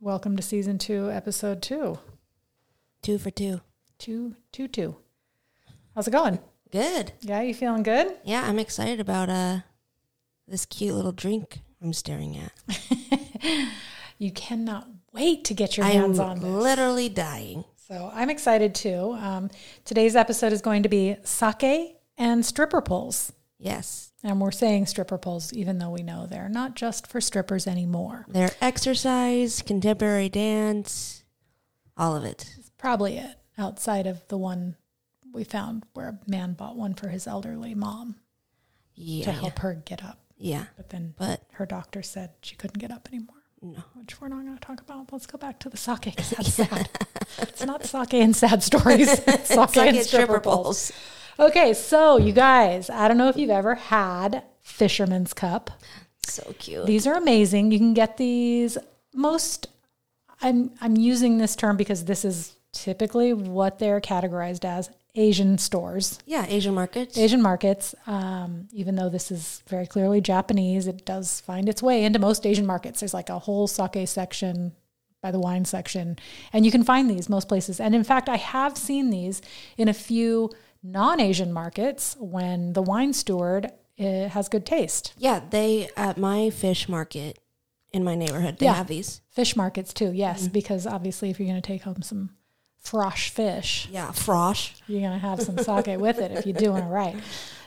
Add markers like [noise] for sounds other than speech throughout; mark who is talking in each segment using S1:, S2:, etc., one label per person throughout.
S1: Welcome to season two, episode two.
S2: Two for two.
S1: Two, two, two. How's it going?
S2: Good.
S1: Yeah, you feeling good?
S2: Yeah, I'm excited about uh this cute little drink I'm staring at.
S1: You cannot wait to get [laughs] your
S2: I'm
S1: hands on this.
S2: literally dying.
S1: So I'm excited too. Um, today's episode is going to be sake and stripper poles.
S2: Yes.
S1: And we're saying stripper poles, even though we know they're not just for strippers anymore.
S2: Their exercise, contemporary dance, all of it.
S1: It's probably it, outside of the one we found where a man bought one for his elderly mom
S2: Yeah.
S1: to
S2: yeah,
S1: help her get up.
S2: Yeah.
S1: But then
S2: But
S1: her doctor said she couldn't get up anymore,
S2: no.
S1: which we're not going to talk about. Let's go back to the sake. 'cause [laughs] That's sad. It's not sake and sad [laughs] stories. It's sake,
S2: Suck
S1: and
S2: it,
S1: stripper poles. Okay, so you guys, I don't know if you've ever had Fisherman's Cup.
S2: So cute.
S1: These are amazing. You can get these most I'm I'm using this term because this is typically what they're categorized as Asian stores,
S2: yeah, Asian markets.
S1: Asian markets. Um, even though this is very clearly Japanese, it does find its way into most Asian markets. There's like a whole sake section by the wine section, and you can find these most places. And in fact, I have seen these in a few non-Asian markets when the wine steward uh, has good taste.
S2: Yeah, they at my fish market in my neighborhood, they
S1: Yeah.
S2: have these.
S1: Fish markets too, yes, because obviously if you're going to take home some frosh fish,
S2: Yeah, frosh.
S1: you're going to have some sake with it if you do it right.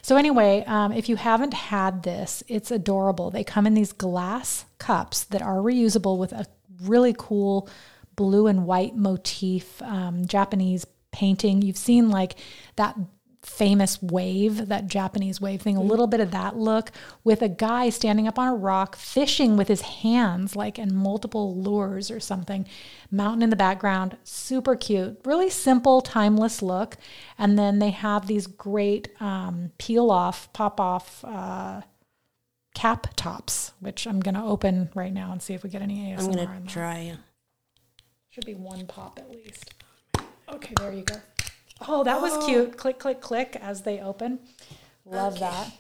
S1: So anyway, um, if you haven't had this, it's adorable. They come in these glass cups that are reusable with a really cool blue and white motif, um, Japanese painting. You've seen like that famous wave, that Japanese wave thing, a
S2: Mm.
S1: little bit of that look with a guy standing up on a rock fishing with his hands, like, and multiple lures or something. Mountain in the background, super cute, really simple, timeless look. And then they have these great um, peel off, pop off. Uh, cap tops which i'm going to open right now and see if we get any asmr
S2: I'm
S1: in
S2: gonna
S1: there.
S2: try.
S1: Should be one pop at least. Okay, there you go. Oh, that was cute. Click, click, click as they open. Love
S2: Okay.
S1: that.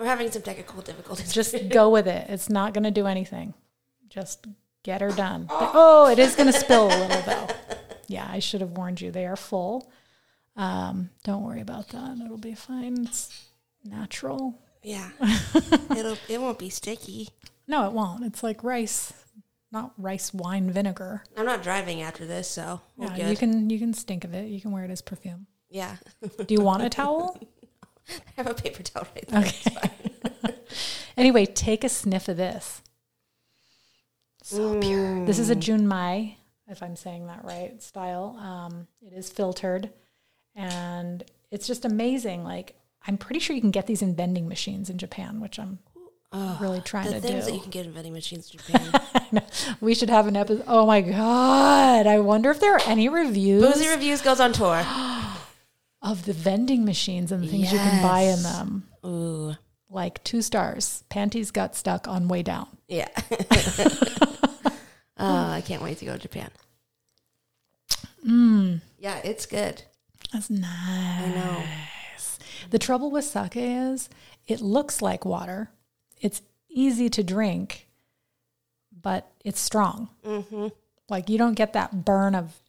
S2: We're having some technical difficulties.
S1: Just go with it. It's not going to do anything. Just get her done. Oh, it is going to spill a little though. Yeah, I should have warned you. They are full. Um, don't worry about that. It'll be fine. It's natural. [laughs]
S2: Yeah, it'll it won't be sticky.
S1: No, it won't. It's like rice, not rice wine vinegar.
S2: I'm not driving after this, so we're
S1: Yeah,
S2: good.
S1: you can you can stink of it. You can wear it as perfume.
S2: yeah, [laughs]
S1: Do you want a towel?
S2: I have a paper towel right there.
S1: Okay. anyway, take a sniff of this. So
S2: Mm.
S1: pure. This is a Junmai, if I'm saying that right, style. Um, it is filtered and it's just amazing. Like, I'm pretty sure you can get these in vending machines in Japan, which I'm really trying
S2: The
S1: to
S2: things
S1: do.
S2: that you can get in vending machines in Japan.
S1: [laughs] I know. we should have an episode. Oh my God. I wonder if there are any reviews
S2: Boozy Reviews goes
S1: [gasps]
S2: on tour.
S1: of the vending machines and the things you can buy in
S2: Yes.
S1: them.
S2: Ooh,
S1: Like, two stars. Panties got stuck on way down. [laughs]
S2: yeah. Oh, I can't wait to go to Japan.
S1: Mm.
S2: Yeah, it's good.
S1: That's nice.
S2: I
S1: Uh,
S2: know.
S1: The trouble with sake is it looks like water. It's easy to drink, but it's strong.
S2: Mm-hmm.
S1: Like you don't get that burn of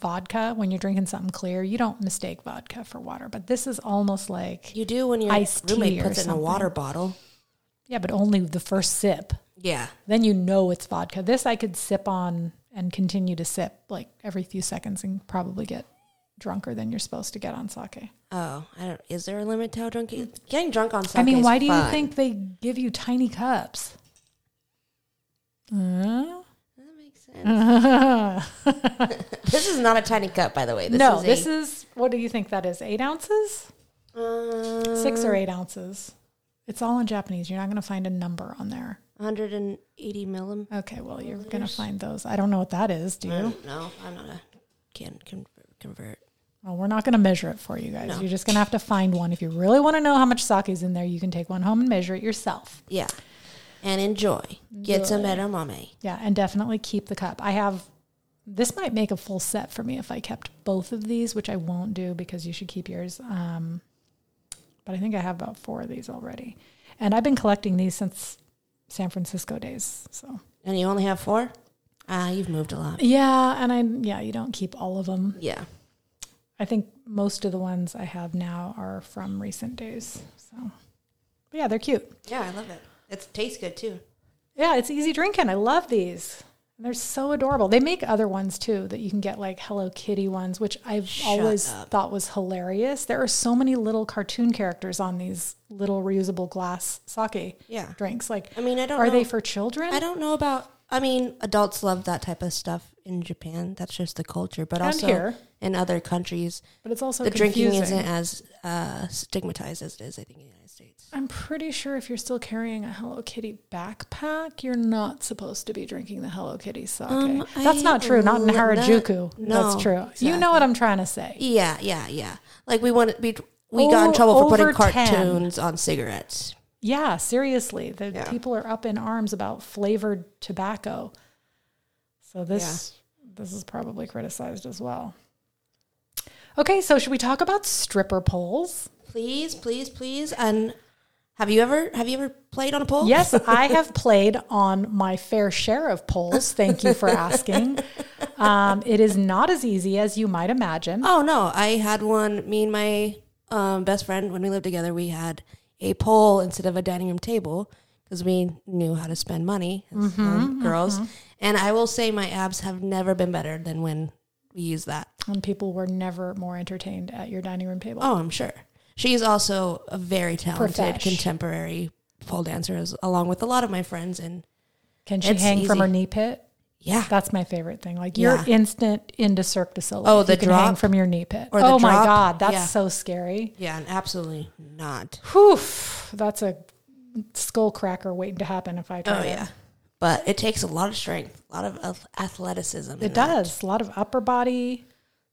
S1: vodka when you're drinking something clear. You don't mistake vodka for water, but this is almost like
S2: You do when your
S1: Iced tea
S2: roommate
S1: or
S2: puts it in a
S1: something.
S2: water bottle.
S1: yeah, but only the first sip.
S2: Yeah.
S1: Then you know it's vodka. This I could sip on and continue to sip like every few seconds and probably get drunker than you're supposed to get on sake.
S2: Oh, I don't. Is there a limit to how drunk you getting drunk on sake?
S1: I mean,
S2: is
S1: why do you
S2: fun.
S1: think they give you tiny
S2: [laughs]
S1: cups? Uh,
S2: that makes sense? this is not a tiny cup, by the way. This
S1: no,
S2: is a,
S1: this is what do you think that is? Eight ounces?
S2: uh,
S1: Six or eight ounces? It's all in Japanese. You're not going to find a number on there.
S2: Uh, 180 millim.
S1: Okay, well, you're going to find those. I don't know what that is, do
S2: I
S1: you?
S2: don't know. I'm not a can convert. convert.
S1: Well, we're not going to measure it for you guys.
S2: No.
S1: You're just going to have to find one. If you really want to know how much sake is in there, you can take one home and measure it yourself.
S2: Yeah, and enjoy. Get some edamame.
S1: Yeah, and definitely keep the cup. I have This might make a full set for me if I kept both of these, which I won't do because you should keep yours. Um, but I think I have about four of these already. And I've been collecting these since San Francisco days. So,
S2: And you only have four? Ah, you've moved a lot.
S1: yeah. And I, yeah, you don't keep all of them.
S2: Yeah.
S1: I think most of the ones I have now are from recent days. So, but yeah, they're cute.
S2: Yeah, I love it. It tastes good too.
S1: Yeah, it's easy drinking. I love these. They're so adorable. They make other ones too that you can get like Hello Kitty ones, which I've always thought was hilarious. There are so many little cartoon characters on these little reusable glass sake
S2: Yeah.
S1: drinks. Like,
S2: I mean, I don't
S1: are
S2: know.
S1: they for children?
S2: I don't know about. I mean, adults love that type of stuff in Japan. That's just the culture, but
S1: And
S2: also
S1: here.
S2: in other countries,
S1: but it's also
S2: the
S1: confusing.
S2: drinking isn't as uh, stigmatized as it is, I think, in the United States.
S1: I'm pretty sure if you're still carrying a Hello Kitty backpack, you're not supposed to be drinking the Hello Kitty sake.
S2: Um,
S1: That's
S2: I
S1: not true. Not in
S2: l- not-
S1: Harajuku. That's
S2: no,
S1: true. You know what I'm trying to say.
S2: Yeah, yeah, yeah. Like we want we we got
S1: Oh,
S2: in trouble for putting
S1: over 10.
S2: cartoons on cigarettes.
S1: Yeah, seriously. The
S2: Yeah.
S1: people are up in arms about flavored tobacco. So this this is probably criticized as well. Okay, so should we talk about stripper poles?
S2: Please, please, please. And have you ever have you ever played on a pole?
S1: Yes,
S2: [laughs]
S1: I have played on my fair share of poles. Thank you for asking. Um, it is not as easy as you might imagine.
S2: Oh no, I had one. Me and my um, best friend, when we lived together, we had a pole instead of a dining room table because we knew how to spend money as
S1: Mm-hmm,
S2: um, girls. And I will say, my abs have never been better than when we use that.
S1: And people were never more entertained at your dining room table.
S2: Oh, I'm sure. She is also a very talented
S1: Profesh.
S2: contemporary pole dancer, as- along with a lot of my friends. And
S1: Can she
S2: it's
S1: hang from
S2: easy.
S1: her knee pit?
S2: yeah,
S1: That's my favorite thing. Like you're
S2: Yeah.
S1: instant into Cirque du Soleil.
S2: Oh,
S1: if
S2: the
S1: you can hang
S2: drop
S1: from your knee pit.
S2: or the
S1: oh my
S2: drop.
S1: god, that's
S2: Yeah.
S1: so scary.
S2: yeah, and absolutely not.
S1: Whew, [sighs] that's a skull cracker waiting to happen if I try.
S2: Oh
S1: it.
S2: yeah, but it takes a lot of strength, a lot of ath- athleticism.
S1: it does. A lot of upper body,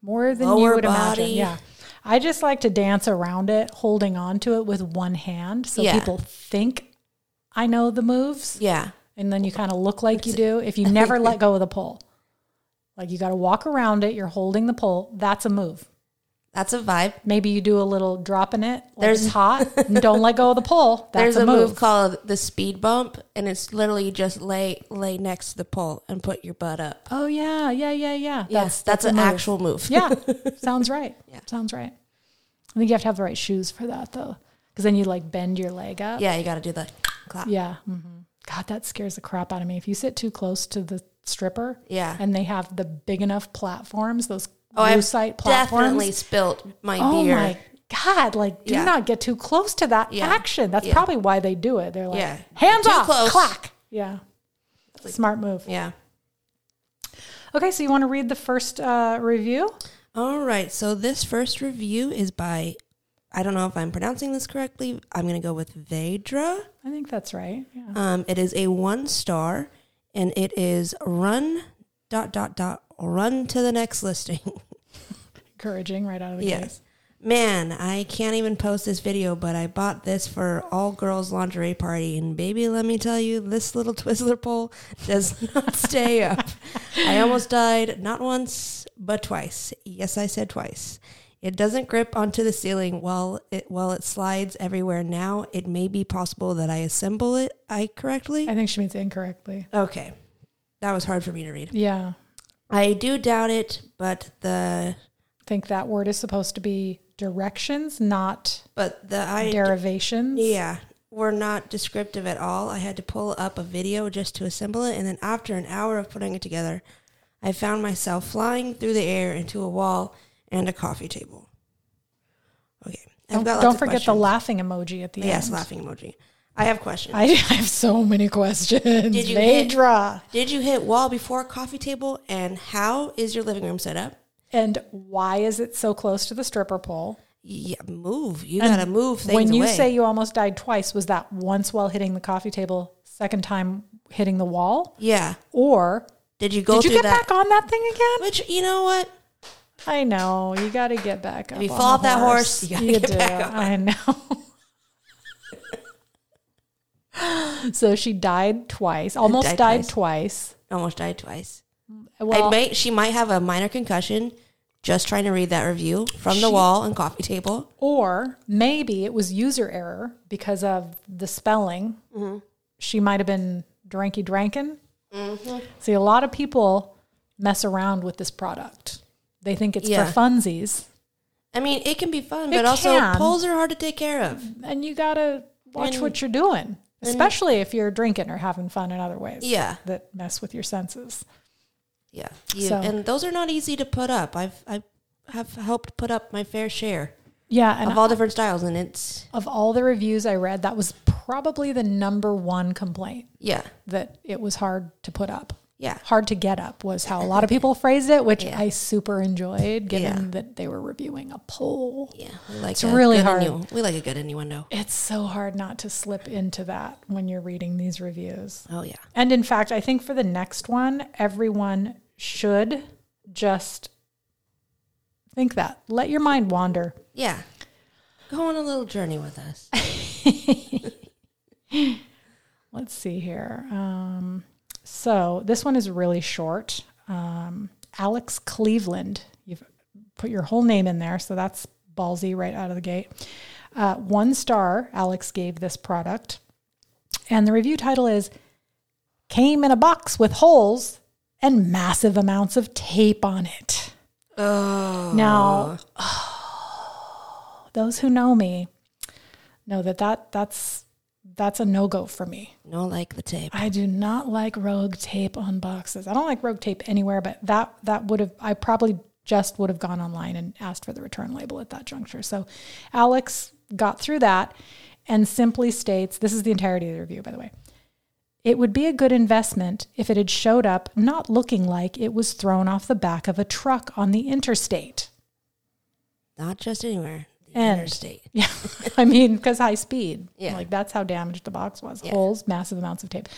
S1: more than you
S2: Lower
S1: would
S2: body.
S1: imagine. Yeah, I just like to dance around it, holding on to it with one hand, so
S2: Yeah.
S1: people think I know the moves.
S2: Yeah,
S1: and then you kind of look like you do if you
S2: [laughs]
S1: never let go of the pole. Like you got to walk around it. You're holding the pole. That's a move.
S2: that's a vibe.
S1: Maybe you do a little dropping it. Like
S2: There's-
S1: it's
S2: [laughs]
S1: hot. and don't let go of the pole. That's
S2: There's a,
S1: move.
S2: move called the speed bump, and it's literally just lay lay next to the pole and put your butt up.
S1: Oh yeah, yeah, yeah, yeah.
S2: Yes, that's,
S1: a
S2: an
S1: move.
S2: actual move.
S1: yeah,
S2: [laughs]
S1: sounds right.
S2: Yeah.
S1: sounds right. I think you have to have the right shoes for that though, because then you like bend your leg up.
S2: yeah, you got to do the clap. Yeah,
S1: Yeah. hmm God, that scares the crap out of me. If you sit too close to the stripper, and they have the big enough platforms, those
S2: Oh, I've
S1: lucite platforms.
S2: definitely spilt my
S1: Oh
S2: beer.
S1: my God. Like, do
S2: Yeah.
S1: not get too close to that
S2: Yeah.
S1: action. That's
S2: Yeah.
S1: probably why they do it. They're like,
S2: Yeah.
S1: hands
S2: Too
S1: off,
S2: close.
S1: clack. Yeah. Smart move.
S2: Yeah.
S1: Okay, so you want to read the first uh, review?
S2: All right. So this first review is by, I don't know if I'm pronouncing this correctly. I'm gonna go with Vedra.
S1: I think that's right. Yeah.
S2: Um, it is a one star, and it is run dot dot dot run to the next listing. [laughs]
S1: Encouraging right out of the gate.
S2: Yes. Man, I can't even post this video, but I bought this for all girls lingerie party, and baby, let me tell you, this little [laughs] Twizzler pole does not [laughs] stay up. I almost died, not once, but twice. Yes, I said twice. It doesn't grip onto the ceiling while it while it slides everywhere. Now it may be possible that I assemble it I correctly.
S1: I think she means incorrectly.
S2: Okay, that was hard for me to read.
S1: Yeah.
S2: I do doubt it, but the
S1: I think that word is supposed to be directions, not
S2: but the I
S1: derivations.
S2: Yeah, were not descriptive at all. I had to pull up a video just to assemble it, and then after an hour of putting it together, I found myself flying through the air into a wall and a coffee table. Okay,
S1: Don't, don't forget the laughing emoji at the
S2: yes
S1: end.
S2: laughing emoji. I have questions.
S1: I, [laughs] I have so many questions. Did
S2: you hit-
S1: draw?
S2: Did you hit wall before coffee table, and how is your living room set up?
S1: And why is it so close to the stripper pole?
S2: Yeah, move. You gotta move things
S1: when you
S2: away.
S1: say you almost died twice, was that once while hitting the coffee table, second time hitting the wall,
S2: yeah,
S1: or
S2: did you go
S1: did you
S2: through
S1: get
S2: that?
S1: back on that thing again?
S2: Which you know what?
S1: I know you got to get back. Up
S2: you
S1: on
S2: fall
S1: the
S2: off that horse, you gotta get
S1: do.
S2: back on.
S1: I
S2: [laughs]
S1: know. so she died twice, almost
S2: Died
S1: died
S2: twice.
S1: twice.
S2: Almost died twice.
S1: Well,
S2: I might, she might have a minor concussion just trying to read that review from the wall and coffee table.
S1: Or maybe it was user error because of the spelling. She might have been dranky drankin. See, a lot of people mess around with this product. They think it's
S2: Yeah.
S1: for funsies,
S2: I mean, it can be fun,
S1: It
S2: but also
S1: can.
S2: polls are hard to take care of.
S1: and you gotta watch what you're doing, especially if you're drinking or having fun in other ways.
S2: Yeah.
S1: that mess with your senses.
S2: Yeah. You,
S1: So-
S2: And those are not easy to put up. I've, I have helped put up my fair share
S1: Yeah, and
S2: of all different styles, and it's,
S1: of all the reviews I read, that was probably the number one complaint
S2: yeah.
S1: that it was hard to put up.
S2: Yeah.
S1: hard to get up was how a lot of people phrased it, which I super enjoyed given that they were reviewing a poll.
S2: Yeah. We like
S1: It's really
S2: good
S1: hard.
S2: innu- we like a good innuendo.
S1: It's so hard not to slip into that when you're reading these reviews.
S2: Oh, yeah.
S1: And in fact, I think for the next one, everyone should just think that. Let your mind wander.
S2: Yeah. Go on a little journey
S1: [laughs]
S2: with us.
S1: Let's see here. Um, so this one is really short. Um, Alex Cleveland, you've put your whole name in there, so that's ballsy right out of the gate. Uh, one star, Alex gave this product, and the review title is "Came in a box with holes and massive amounts of tape on it."
S2: Oh.
S1: Now, those who know me know that that that's that's a no go for me.
S2: No, like the tape.
S1: I do not like rogue tape on boxes. I don't like rogue tape anywhere, but that that would have I probably just would have gone online and asked for the return label at that juncture. So Alex got through that and simply states this is the entirety of the review by the way. It would be a good investment if it had showed up not looking like it was thrown off the back of a truck on the interstate.
S2: Not just anywhere. The
S1: And-
S2: interstate.
S1: Yeah. [laughs] I mean, because high speed.
S2: Yeah.
S1: Like that's how damaged the box was. Holes, massive amounts of tape.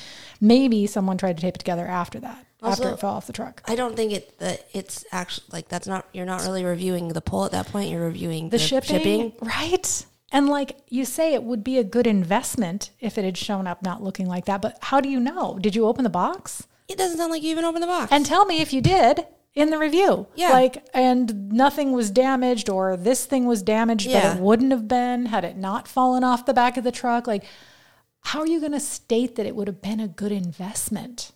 S1: Maybe someone tried to tape it together after that, after
S2: Also-
S1: it fell off the truck.
S2: I don't think it that it's actually like that's not you're not really reviewing the poll at that point. You're reviewing
S1: The shipping, Right. And like you say, it would be a good investment if it had shown up not looking like that. But how do you know? Did you open the box?
S2: It doesn't sound like you even opened the box.
S1: And tell me if you did in the review.
S2: Yeah.
S1: Like, and nothing was damaged or this thing was damaged,
S2: Yeah.
S1: but it wouldn't have been had it not fallen off the back of the truck. Like, how are you going to state that it would have been a good investment?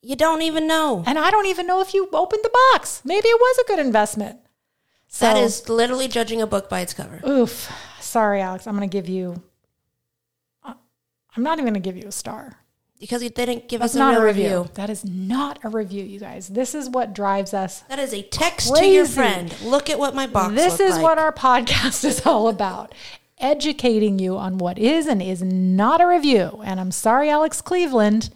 S2: you don't even know.
S1: And I don't even know if you opened the box. Maybe it was a good investment. So,
S2: that is literally judging a book by its cover.
S1: oof. Sorry, Alex. I'm going to give you, I- I'm not even going to give you a star.
S2: Because they didn't give
S1: That's
S2: us a
S1: not
S2: real
S1: a
S2: review.
S1: review. That is not a review, you guys. This is what drives us
S2: That is a text to your
S1: Crazy.
S2: friend. Look at what my box
S1: This
S2: looked
S1: is
S2: like.
S1: what our podcast [laughs] is all about educating you on what is and is not a review. And I'm sorry, Alex Cleveland.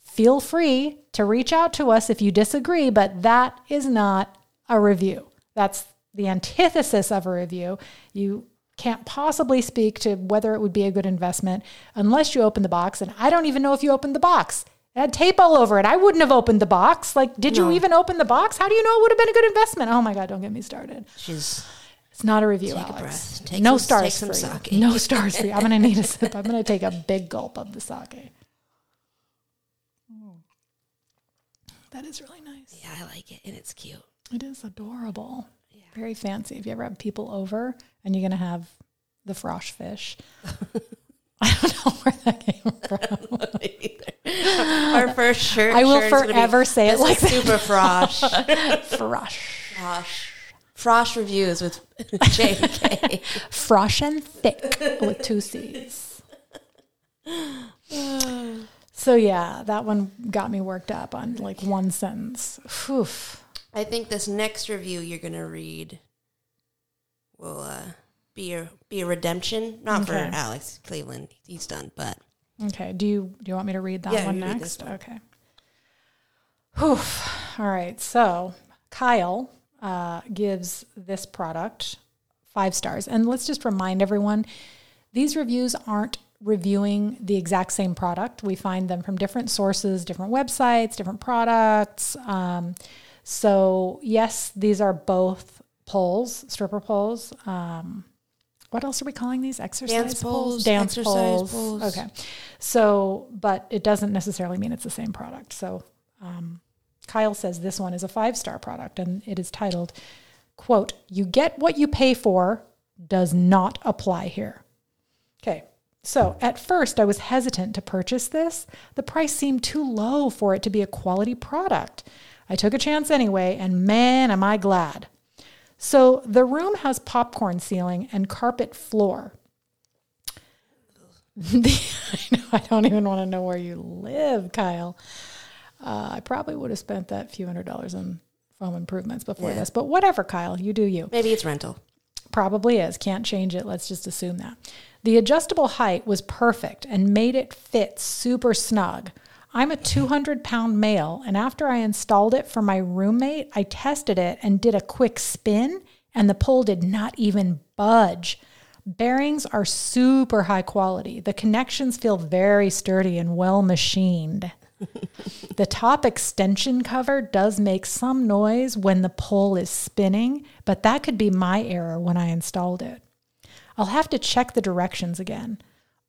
S1: Feel free to reach out to us if you disagree, but that is not a review. That's the antithesis of a review. You can't possibly speak to whether it would be a good investment unless you open the box. And I don't even know if you opened the box. It had tape all over it. I wouldn't have opened the box. Like, did you even open the box? How do you know it would have been a good investment? Oh my God, don't get me started.
S2: She's
S1: It's not a review,
S2: Take a
S1: Alex.
S2: breath. Take
S1: no
S2: some-
S1: stars
S2: take some
S1: for
S2: sake.
S1: you. No stars for you. I'm gonna need a sip. I'm gonna take a big gulp of the sake.
S2: [laughs]
S1: Mm. That is really nice.
S2: yeah, I like it and it's cute.
S1: It is adorable. Very fancy. If you ever have people over and you're gonna have the frosh
S2: [laughs]
S1: fish. I don't know where that came from. [laughs]
S2: Our first shirt.
S1: I will
S2: shirt is gonna be,
S1: forever say it
S2: "This is
S1: like that."
S2: super frosh.
S1: [laughs] Frosh.
S2: frosh. Frosh reviews with [laughs] JK.
S1: Frosh and thick with two C's. So yeah, that one got me worked up on like one sentence. Phew.
S2: I think this next review you're gonna read will uh, be a be a redemption, not for
S1: Okay.
S2: Alex Cleveland. He's done, but
S1: Okay. Do you do you want me to read that
S2: Yeah,
S1: one
S2: you read
S1: next?
S2: this one.
S1: Okay. Whew. All right. So Kyle uh, gives this product five stars, and let's just remind everyone these reviews aren't reviewing the exact same product. We find them from different sources, different websites, different products. Um, so yes, these are both polls, stripper polls. Um, what else are we calling these? Exercise
S2: Dance polls,
S1: dance
S2: exercise
S1: polls.
S2: polls.
S1: Okay. So, but it doesn't necessarily mean it's the same product. So, um, Kyle says this one is a five star product and it is titled, quote, You Get What You Pay For does not apply here. Okay. So at first I was hesitant to purchase this. The price seemed too low for it to be a quality product. I took a chance anyway, and man, am I glad. So the room has popcorn ceiling and carpet floor. [laughs] The- [laughs] I, know, I don't even want to know where you live, Kyle. Uh, I probably would have spent that few hundred dollars on home improvements before
S2: Yeah.
S1: this, but whatever, Kyle, you do you.
S2: Maybe it's rental.
S1: Probably is. Can't change it. Let's just assume that. The adjustable height was perfect and made it fit super snug. I'm a 200 pound male, and after I installed it for my roommate, I tested it and did a quick spin, and the pole did not even budge. Bearings are super high quality. The connections feel very sturdy and well machined. The top extension cover does make some noise when the pole is spinning, but that could be my error when I installed it. I'll have to check the directions again.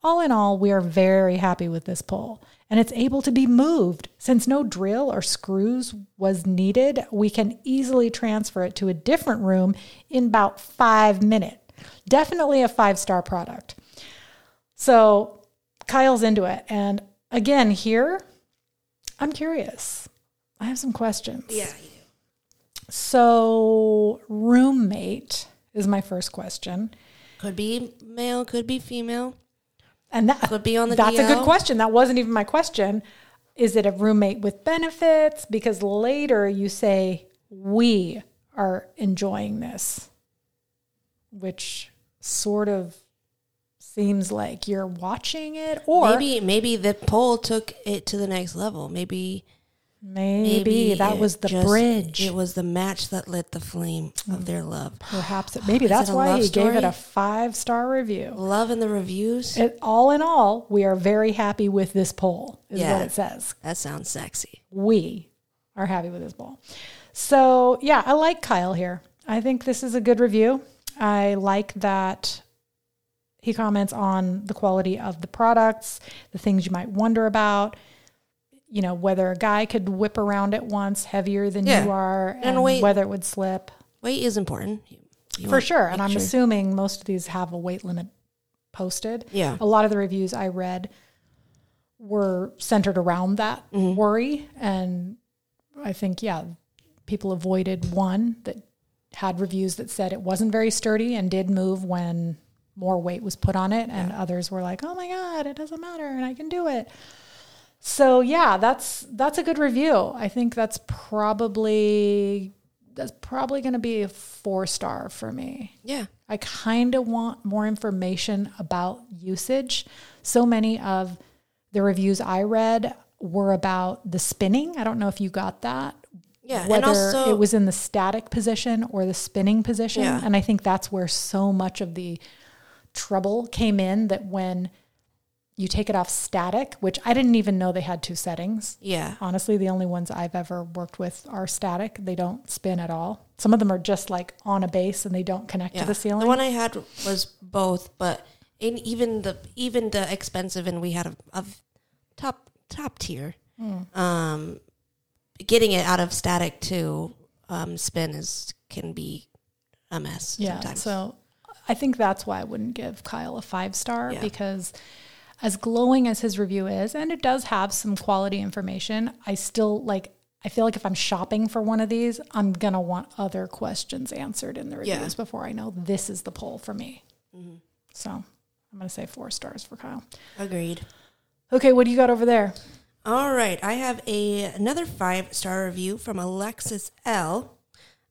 S1: All in all, we are very happy with this pole, and it's able to be moved. Since no drill or screws was needed, we can easily transfer it to a different room in about five minutes. Definitely a five star product. So Kyle's into it. And again, here, I'm curious. I have some questions. So, roommate is my first question.
S2: Could be male, could be female,
S1: And that,
S2: could be on the
S1: that's a good
S2: DL.
S1: question. That wasn't even my question. Is it a roommate with benefits? Because later you say, we are enjoying this, which sort of seems like you're watching it or maybe,
S2: Maybe maybe the poll took it to the next level. Maybe
S1: that
S2: it
S1: was the
S2: just-
S1: bridge. Mm.
S2: It was the match that lit the flame of their love.
S1: Perhaps
S2: [sighs]
S1: it, maybe
S2: Is
S1: that's
S2: it a
S1: why
S2: love
S1: he gave it
S2: story?
S1: a five star review.
S2: Love in the reviews.
S1: It, all in all, we are very happy with this poll, is
S2: Yeah.
S1: what it says.
S2: that sounds sexy.
S1: We are happy with this poll. So, yeah, I like Kyle here. I think this is a good review. I like that he comments on the quality of the products, the things you might wonder about. You know, whether a guy could whip around it once heavier than
S2: Yeah.
S1: you are, and,
S2: And wait-
S1: whether it would slip.
S2: Weight is important. You- you
S1: For
S2: want-
S1: sure. And I'm
S2: sure.
S1: assuming most of these have a weight limit posted.
S2: Yeah.
S1: A lot of the reviews I read were centered around that worry. And I think, yeah, people avoided one that had reviews that said it wasn't very sturdy and did move when more weight was put on it. And others were like, oh my God, it doesn't matter and I can do it. So yeah, that's that's a good review. I think that's probably that's probably going to be a 4 star for me.
S2: Yeah.
S1: I kind of want more information about usage. So many of the reviews I read were about the spinning. I don't know if you got that.
S2: Yeah.
S1: Whether
S2: and also
S1: it was in the static position or the spinning position.
S2: Yeah.
S1: And I think that's where so much of the trouble came in that when you take it off static, which I didn't even know they had two settings.
S2: Yeah.
S1: Honestly, the only ones I've ever worked with are static. They don't spin at all. Some of them are just like on a base and they don't connect
S2: Yeah.
S1: to the ceiling.
S2: one I had was both, but in even the even the expensive and we had a, a top top tier.
S1: Hmm.
S2: Um, getting it out of static to um, spin is can be a mess
S1: yeah.
S2: sometimes.
S1: So I think that's why I wouldn't give Kyle a five star
S2: Yeah.
S1: because as glowing as his review is, and it does have some quality information, I still like I feel like if I'm shopping for one of these, I'm gonna want other questions answered in the reviews
S2: Yeah. Mm-hmm.
S1: before I know this is the poll for me. So I'm gonna say four stars for Kyle.
S2: Agreed.
S1: Okay, what do you got over there?
S2: All right, I have a another five star review from Alexis L.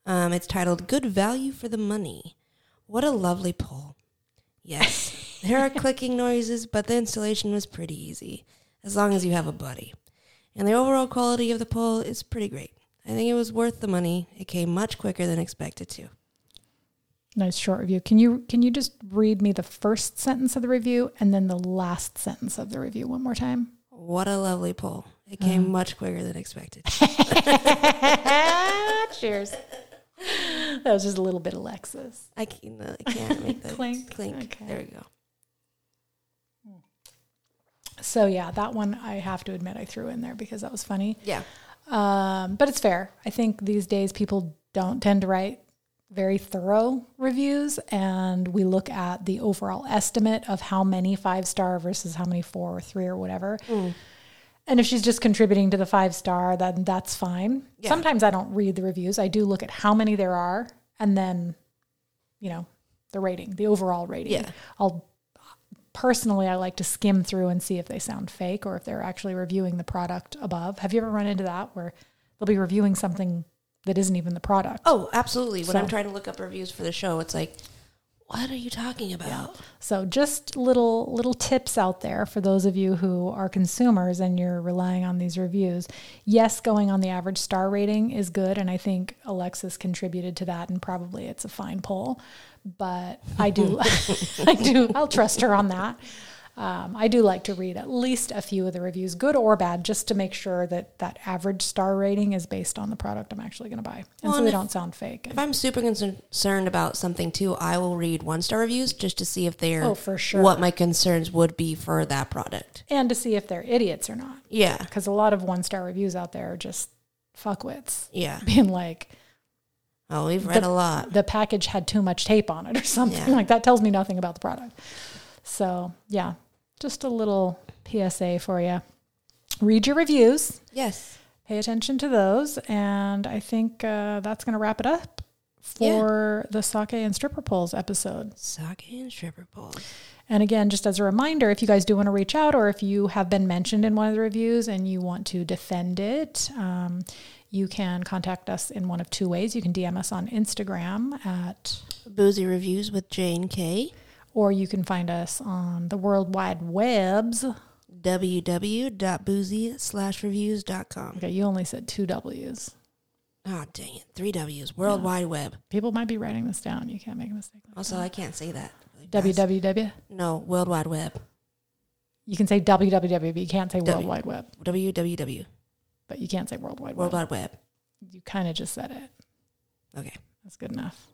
S2: Um, it's titled "Good Value for the Money." What a lovely poll! Yes, there are clicking noises, but the installation was pretty easy, as long as you have a buddy. And the overall quality of the poll is pretty great. I think it was worth the money. It came much quicker than expected to.
S1: Nice short review. Can you can you just read me the first sentence of the review and then the last sentence of the review one more time?
S2: What a lovely poll! It came much quicker than expected.
S1: Cheers. That was just a little bit Alexis.
S2: I can't, no, I can't make that
S1: Clink.
S2: clink. Clink.
S1: Okay.
S2: There we go.
S1: So yeah, that one I have to admit I threw in there because that was funny.
S2: Yeah.
S1: Um, but it's fair. I think these days people don't tend to write very thorough reviews, and we look at the overall estimate of how many five star versus how many four or three or whatever.
S2: Mm.
S1: And if she's just contributing to the five star, then that's fine.
S2: Yeah.
S1: Sometimes I don't read the reviews. I do look at how many there are and then, you know, the rating, the overall rating.
S2: Yeah.
S1: I'll personally I like to skim through and see if they sound fake or if they're actually reviewing the product above. Have you ever run into that where they'll be reviewing something that isn't even the product?
S2: Oh, absolutely. When I'm
S1: So-
S2: trying to look up reviews for the show, it's like, what are you talking about?
S1: So just little little tips out there for those of you who are consumers and you're relying on these reviews. Yes, going on the average star rating is good and I think Alexis contributed to that and probably it's a fine poll, but I do [laughs] I do I'll trust her on that. Um, I do like to read at least a few of the reviews, good or bad, just to make sure that that average star rating is based on the product I'm actually going to buy, and
S2: Well,
S1: so
S2: and
S1: they
S2: if-
S1: don't sound fake.
S2: If I'm super concern- concerned about something too, I will read one star reviews just to see if they're
S1: Oh, for sure.
S2: what my concerns would be for that product.
S1: and to see if they're idiots or not.
S2: Yeah.
S1: because a lot of one star reviews out there are just fuckwits [laughs]
S2: Yeah.
S1: being like
S2: Oh, we've read
S1: The-
S2: a lot.
S1: the package had too much tape on it or something
S2: Yeah.
S1: like that tells me nothing about the product so yeah just a little psa for you read your reviews
S2: Yes.
S1: pay attention to those and i think uh, that's going to wrap it up for the sake and stripper polls episode
S2: Sake and stripper poles.
S1: And again, just as a reminder, if you guys do want to reach out or if you have been mentioned in one of the reviews and you want to defend it, um, you can contact us in one of two ways. You can DM us on Instagram at,
S2: Boozy reviews with Jane K.
S1: or you can find us on the World Wide Webs.
S2: www.boozy slash reviews.com.
S1: Okay, you only said two W's.
S2: Oh, dang it. Three W's. World Wide Web.
S1: People might be writing this down. You can't make a mistake.
S2: Also, I can't say that. really fast.
S1: www.
S2: No, World Wide Web.
S1: You can say www, but you can't say World
S2: W.
S1: Wide Web.
S2: www.
S1: But you can't say World Wide
S2: World
S1: Web.
S2: Wide Web.
S1: You kind of just said it.
S2: Okay.
S1: That's good enough.